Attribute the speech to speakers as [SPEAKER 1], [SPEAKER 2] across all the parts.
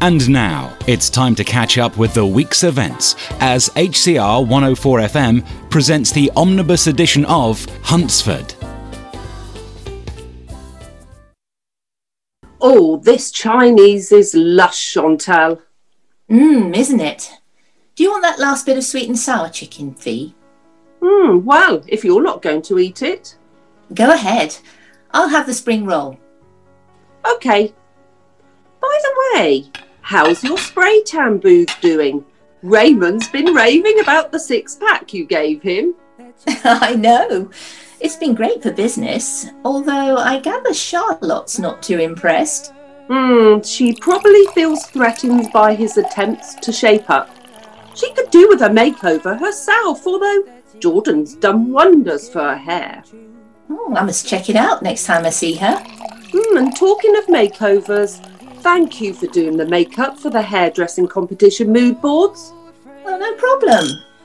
[SPEAKER 1] And now it's time to catch up with the week's events as HCR 104 FM presents the omnibus edition of Huntsford.
[SPEAKER 2] Oh, this Chinese is lush, Chantal.
[SPEAKER 3] Mmm, isn't it? Do you want that last bit of sweet and sour chicken, Fee?
[SPEAKER 2] Hmm, well, if you're not going to eat it.
[SPEAKER 3] Go ahead. I'll have the spring roll.
[SPEAKER 2] OK. By the way, how's your spray tan booth doing? Raymond's been raving about the six pack you gave him.
[SPEAKER 3] I know. It's been great for business, although I gather Charlotte's not too impressed.
[SPEAKER 2] Hmm, she probably feels threatened by his attempts to shape up. She could do with a makeover herself, although Jordan's done wonders for her hair.
[SPEAKER 3] Oh, I must check it out next time I see her.
[SPEAKER 2] Mm, and talking of makeovers, thank you for doing the makeup for the hairdressing competition mood boards.
[SPEAKER 3] Well, no problem.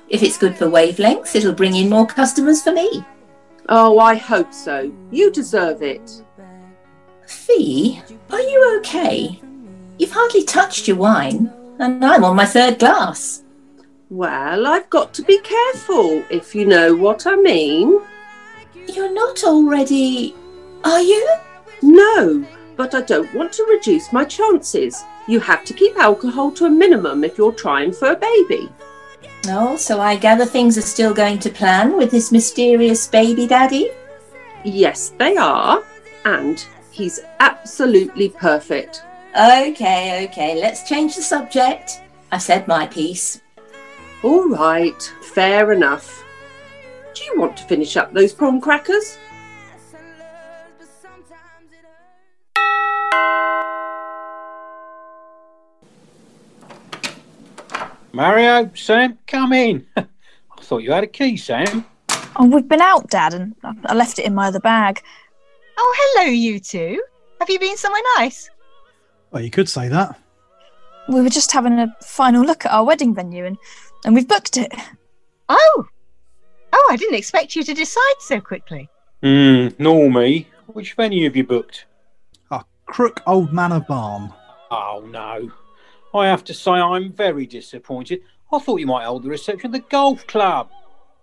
[SPEAKER 3] If it's good for wavelengths, it'll bring in more customers for me.
[SPEAKER 2] Oh, I hope so. You deserve it.
[SPEAKER 3] Fee, are you okay? You've hardly touched your wine, and I'm on my third glass.
[SPEAKER 2] Well, I've got to be careful, if you know what I mean.
[SPEAKER 3] You're not already. Are you?
[SPEAKER 2] No, but I don't want to reduce my chances. You have to keep alcohol to a minimum if you're trying for a baby.
[SPEAKER 3] Oh, so I gather things are still going to plan with this mysterious baby daddy?
[SPEAKER 2] Yes, they are. And he's absolutely perfect.
[SPEAKER 3] Okay, okay, let's change the subject. I've said my piece.
[SPEAKER 2] All right, fair enough. Do you want to finish up those prawn crackers?
[SPEAKER 4] Mario, Sam, come in. I thought you had a key, Sam.
[SPEAKER 5] Oh, we've been out, Dad, and I- I left it in my other bag.
[SPEAKER 6] Oh, hello, you two. Have you been somewhere nice?
[SPEAKER 7] Well, you could say that.
[SPEAKER 5] We were just having a final look at our wedding venue, and, and we've booked it.
[SPEAKER 6] Oh, oh, I didn't expect you to decide so quickly.
[SPEAKER 4] Hmm, nor me. Which venue have you booked?
[SPEAKER 7] Ah, crook old manor barn.
[SPEAKER 4] Oh, no. I have to say I'm very disappointed. I thought you might hold the reception at the golf club.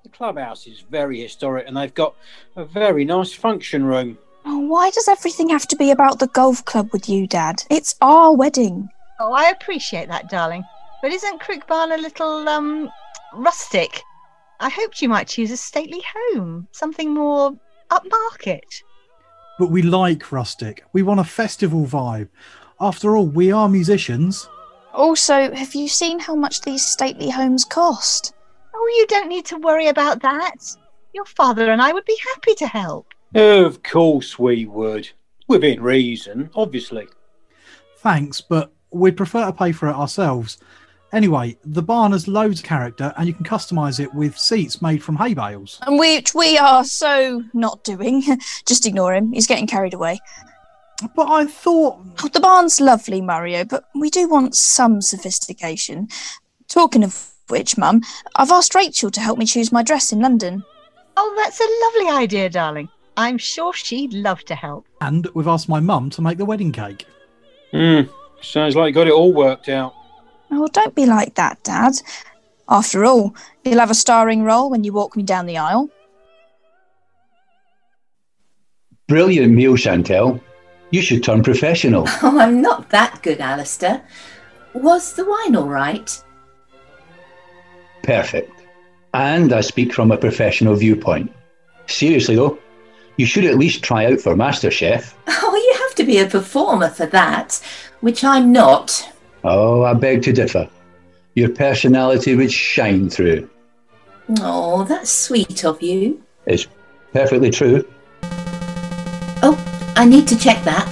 [SPEAKER 4] The clubhouse is very historic and they've got a very nice function room.
[SPEAKER 5] Oh, why does everything have to be about the golf club with you, Dad? It's our wedding.
[SPEAKER 6] Oh, I appreciate that, darling. But isn't Crookbarn a little, um, rustic? I hoped you might choose a stately home, something more upmarket.
[SPEAKER 7] But we like rustic. We want a festival vibe. After all, we are musicians.
[SPEAKER 5] Also, have you seen how much these stately homes cost?
[SPEAKER 6] Oh, you don't need to worry about that. Your father and I would be happy to help.
[SPEAKER 4] Of course we would. Within reason, obviously.
[SPEAKER 7] Thanks, but we'd prefer to pay for it ourselves. Anyway, the barn has loads of character and you can customise it with seats made from hay bales.
[SPEAKER 5] And which we are so not doing. just ignore him. He's getting carried away.
[SPEAKER 7] But I thought.
[SPEAKER 5] Oh, the barn's lovely, Mario, but we do want some sophistication. Talking of which, Mum, I've asked Rachel to help me choose my dress in London.
[SPEAKER 6] Oh, that's a lovely idea, darling. I'm sure she'd love to help.
[SPEAKER 7] And we've asked my mum to make the wedding cake.
[SPEAKER 4] Hmm, sounds like you got it all worked out.
[SPEAKER 5] Oh, don't be like that, Dad. After all, you'll have a starring role when you walk me down the aisle.
[SPEAKER 8] Brilliant meal, Chantel. You should turn professional.
[SPEAKER 3] Oh, I'm not that good, Alistair. Was the wine all right?
[SPEAKER 8] Perfect. And I speak from a professional viewpoint. Seriously, though, you should at least try out for MasterChef.
[SPEAKER 3] Oh, you have to be a performer for that, which I'm not.
[SPEAKER 8] Oh, I beg to differ. Your personality would shine through.
[SPEAKER 3] Oh, that's sweet of you.
[SPEAKER 8] It's perfectly true.
[SPEAKER 3] Oh, I need to check that.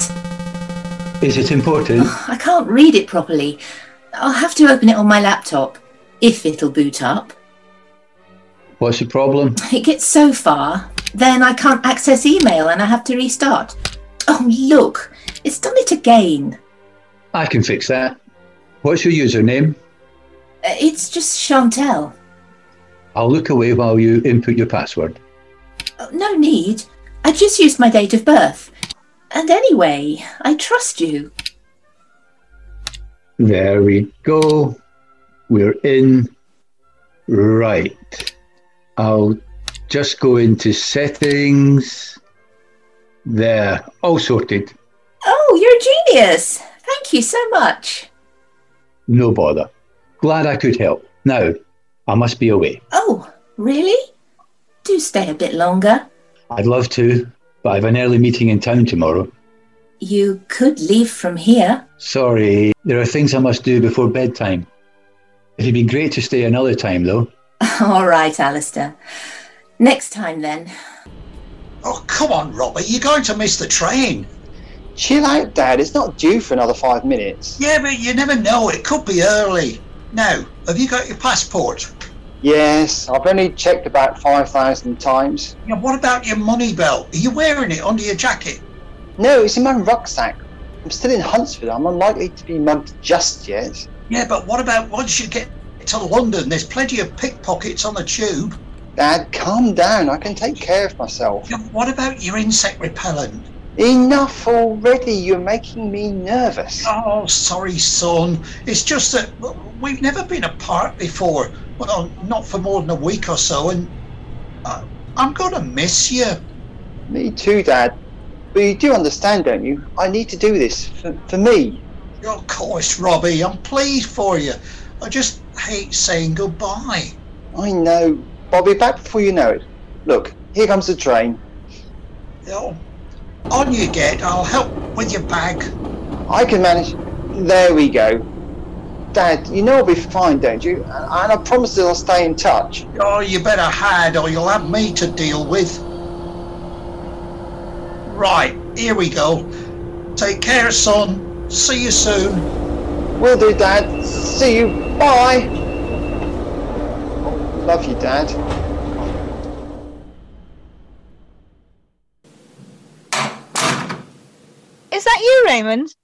[SPEAKER 8] Is it important?
[SPEAKER 3] I can't read it properly. I'll have to open it on my laptop, if it'll boot up.
[SPEAKER 8] What's the problem?
[SPEAKER 3] It gets so far, then I can't access email and I have to restart. Oh, look, it's done it again.
[SPEAKER 8] I can fix that. What's your username?
[SPEAKER 3] Uh, It's just Chantel.
[SPEAKER 8] I'll look away while you input your password.
[SPEAKER 3] Oh, No need. I just used my date of birth. And anyway, I trust you.
[SPEAKER 8] There we go. We're in. Right. I'll just go into settings. There. All sorted.
[SPEAKER 3] Oh, you're a genius. Thank you so much.
[SPEAKER 8] No bother. Glad I could help. Now, I must be away.
[SPEAKER 3] Oh, really? Do stay a bit longer.
[SPEAKER 8] I'd love to, but I've an early meeting in town tomorrow.
[SPEAKER 3] You could leave from here.
[SPEAKER 8] Sorry, there are things I must do before bedtime. It'd be great to stay another time, though.
[SPEAKER 3] All right, Alistair. Next time then.
[SPEAKER 9] Oh, come on, Robert. You're going to miss the train.
[SPEAKER 10] Chill out, Dad. It's not due for another five minutes.
[SPEAKER 9] Yeah, but you never know. It could be early. Now, have you got your passport?
[SPEAKER 10] Yes, I've only checked about 5,000 times.
[SPEAKER 9] Yeah, what about your money belt? Are you wearing it under your jacket?
[SPEAKER 10] No, it's in my rucksack. I'm still in Huntsford. I'm unlikely to be mugged just yet.
[SPEAKER 9] Yeah, but what about once you get to London? There's plenty of pickpockets on the tube.
[SPEAKER 10] Dad, calm down. I can take care of myself.
[SPEAKER 9] Yeah, what about your insect repellent?
[SPEAKER 10] Enough already. You're making me nervous.
[SPEAKER 9] Oh, sorry, son. It's just that w- we've never been apart before. Well, not for more than a week or so, and I, I'm going to miss you.
[SPEAKER 10] Me too, Dad. But you do understand, don't you? I need to do this for, for me.
[SPEAKER 9] Of course, Robbie, I'm pleased for you. I just hate saying goodbye.
[SPEAKER 10] I know. But I'll be back before you know it. Look, here comes the train.
[SPEAKER 9] Oh, on you get. I'll help with your bag.
[SPEAKER 10] I can manage. There we go. Dad, you know I'll be fine, don't you? And and I promise that I'll stay in touch.
[SPEAKER 9] Oh, you better hide or you'll have me to deal with. Right, here we go. Take care, son. See you soon.
[SPEAKER 10] Will do, Dad. See you. Bye. Oh, love you, Dad.
[SPEAKER 6] Is that you, Raymond?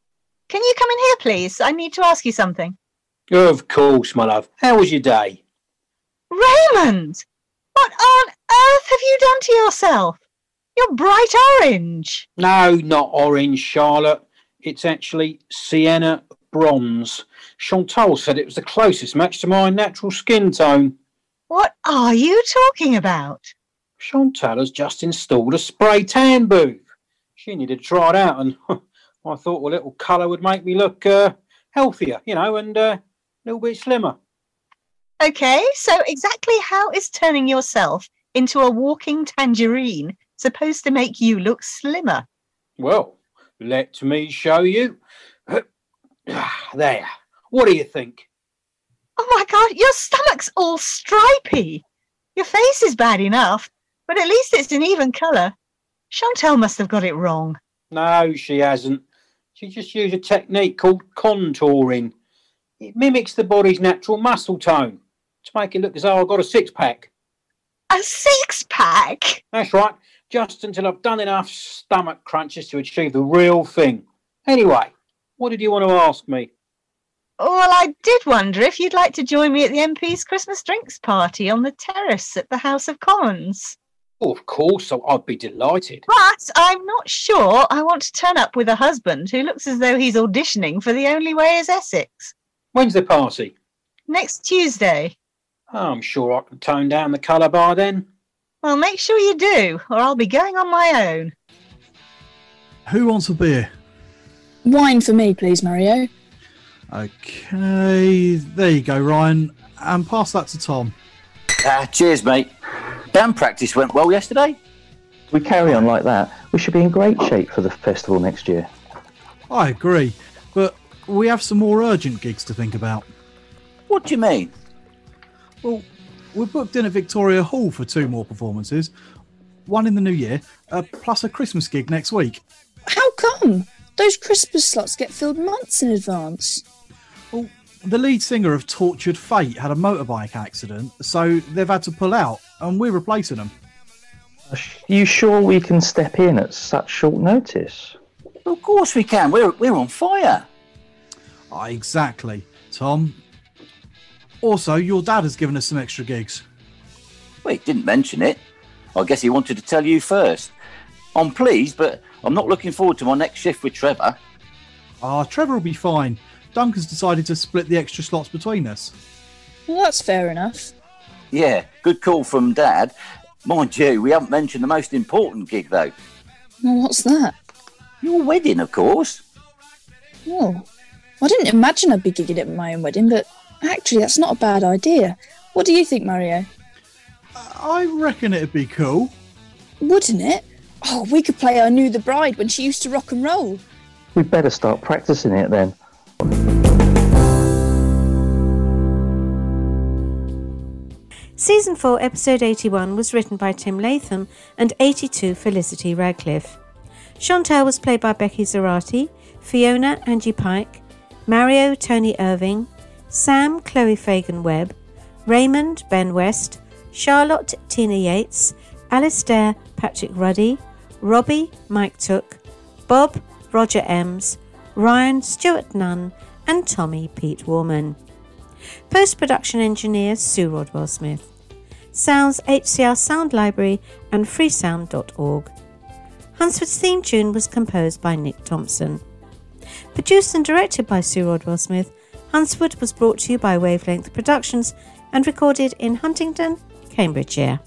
[SPEAKER 6] Can you come in here, please? I need to ask you something.
[SPEAKER 4] Of course, my love. How was your day?
[SPEAKER 6] Raymond! What on earth have you done to yourself? You're bright orange.
[SPEAKER 4] No, not orange, Charlotte. It's actually sienna bronze. Chantal said it was the closest match to my natural skin tone.
[SPEAKER 6] What are you talking about?
[SPEAKER 4] Chantal has just installed a spray tan booth. She needed to try it out, and I thought a little colour would make me look uh, healthier, you know, and uh, a little bit slimmer.
[SPEAKER 6] Okay, so exactly how is turning yourself into a walking tangerine supposed to make you look slimmer?
[SPEAKER 4] Well, let me show you. There. What do you think?
[SPEAKER 6] Oh my god, your stomach's all stripy. Your face is bad enough, but at least it's an even colour. Chantel must have got it wrong.
[SPEAKER 4] No, she hasn't. She just used a technique called contouring. It mimics the body's natural muscle tone to make it look as though I've got a six pack.
[SPEAKER 6] A six pack?
[SPEAKER 4] That's right, just until I've done enough stomach crunches to achieve the real thing. Anyway, what did you want to ask me?
[SPEAKER 6] Well, I did wonder if you'd like to join me at the MP's Christmas drinks party on the terrace at the House of Commons.
[SPEAKER 4] Oh, of course, so I'd be delighted.
[SPEAKER 6] But I'm not sure I want to turn up with a husband who looks as though he's auditioning for The Only Way is Essex
[SPEAKER 4] When's the party?
[SPEAKER 6] next Tuesday.
[SPEAKER 4] Oh, I'm sure I can tone down the colour by then.
[SPEAKER 6] Well, make sure you do, or I'll be going on my own.
[SPEAKER 7] Who wants a beer?
[SPEAKER 11] Wine for me, please, Mario.
[SPEAKER 7] Okay, there you go, Ryan. And pass that to Tom.
[SPEAKER 12] Ah, cheers, mate. Band practice went well yesterday.
[SPEAKER 10] If we carry on like that, we should be in great shape for the festival next year.
[SPEAKER 7] I agree, but we have some more urgent gigs to think about.
[SPEAKER 12] What do you mean?
[SPEAKER 7] Well, we're booked in at Victoria Hall for two more performances, one in the new year, uh, plus a Christmas gig next week.
[SPEAKER 11] How come? Those Christmas slots get filled months in advance.
[SPEAKER 7] The lead singer of Tortured Fate had a motorbike accident, so they've had to pull out, and we're replacing them.
[SPEAKER 10] Are you sure we can step in at such short notice?
[SPEAKER 12] Of course we can. We're we're on fire.
[SPEAKER 7] Ah, exactly, Tom. Also, your dad has given us some extra gigs.
[SPEAKER 12] Well, he didn't mention it. I guess he wanted to tell you first. I'm pleased, but I'm not looking forward to my next shift with Trevor.
[SPEAKER 7] Ah, Trevor will be fine. Duncan's decided to split the extra slots between us.
[SPEAKER 5] Well, that's fair enough.
[SPEAKER 12] Yeah, good call from Dad. Mind you, we haven't mentioned the most important gig though.
[SPEAKER 5] Well, what's that?
[SPEAKER 12] Your wedding, of course.
[SPEAKER 5] Oh, I didn't imagine I'd be gigging at my own wedding, but actually, that's not a bad idea. What do you think, Mario?
[SPEAKER 7] I reckon it'd be cool.
[SPEAKER 5] Wouldn't it? Oh, we could play I Knew the Bride when she used to rock and roll.
[SPEAKER 10] We'd better start practicing it then.
[SPEAKER 13] Season 4, Episode 81 was written by Tim Latham and 82 Felicity Radcliffe. Chantel was played by Becky Zarati, Fiona Angie Pike, Mario Tony Irving, Sam Chloe Fagan Webb, Raymond Ben West, Charlotte Tina Yates, Alistair Patrick Ruddy, Robbie Mike Took, Bob Roger Ems, Ryan Stuart Nunn, and Tommy Pete Warman. Post production engineer Sue Rodwell Smith. Sounds HCR Sound Library and freesound.org. Hunsford's theme tune was composed by Nick Thompson. Produced and directed by Sue Rodwell Smith, Hunsford was brought to you by Wavelength Productions and recorded in Huntingdon, Cambridgeshire.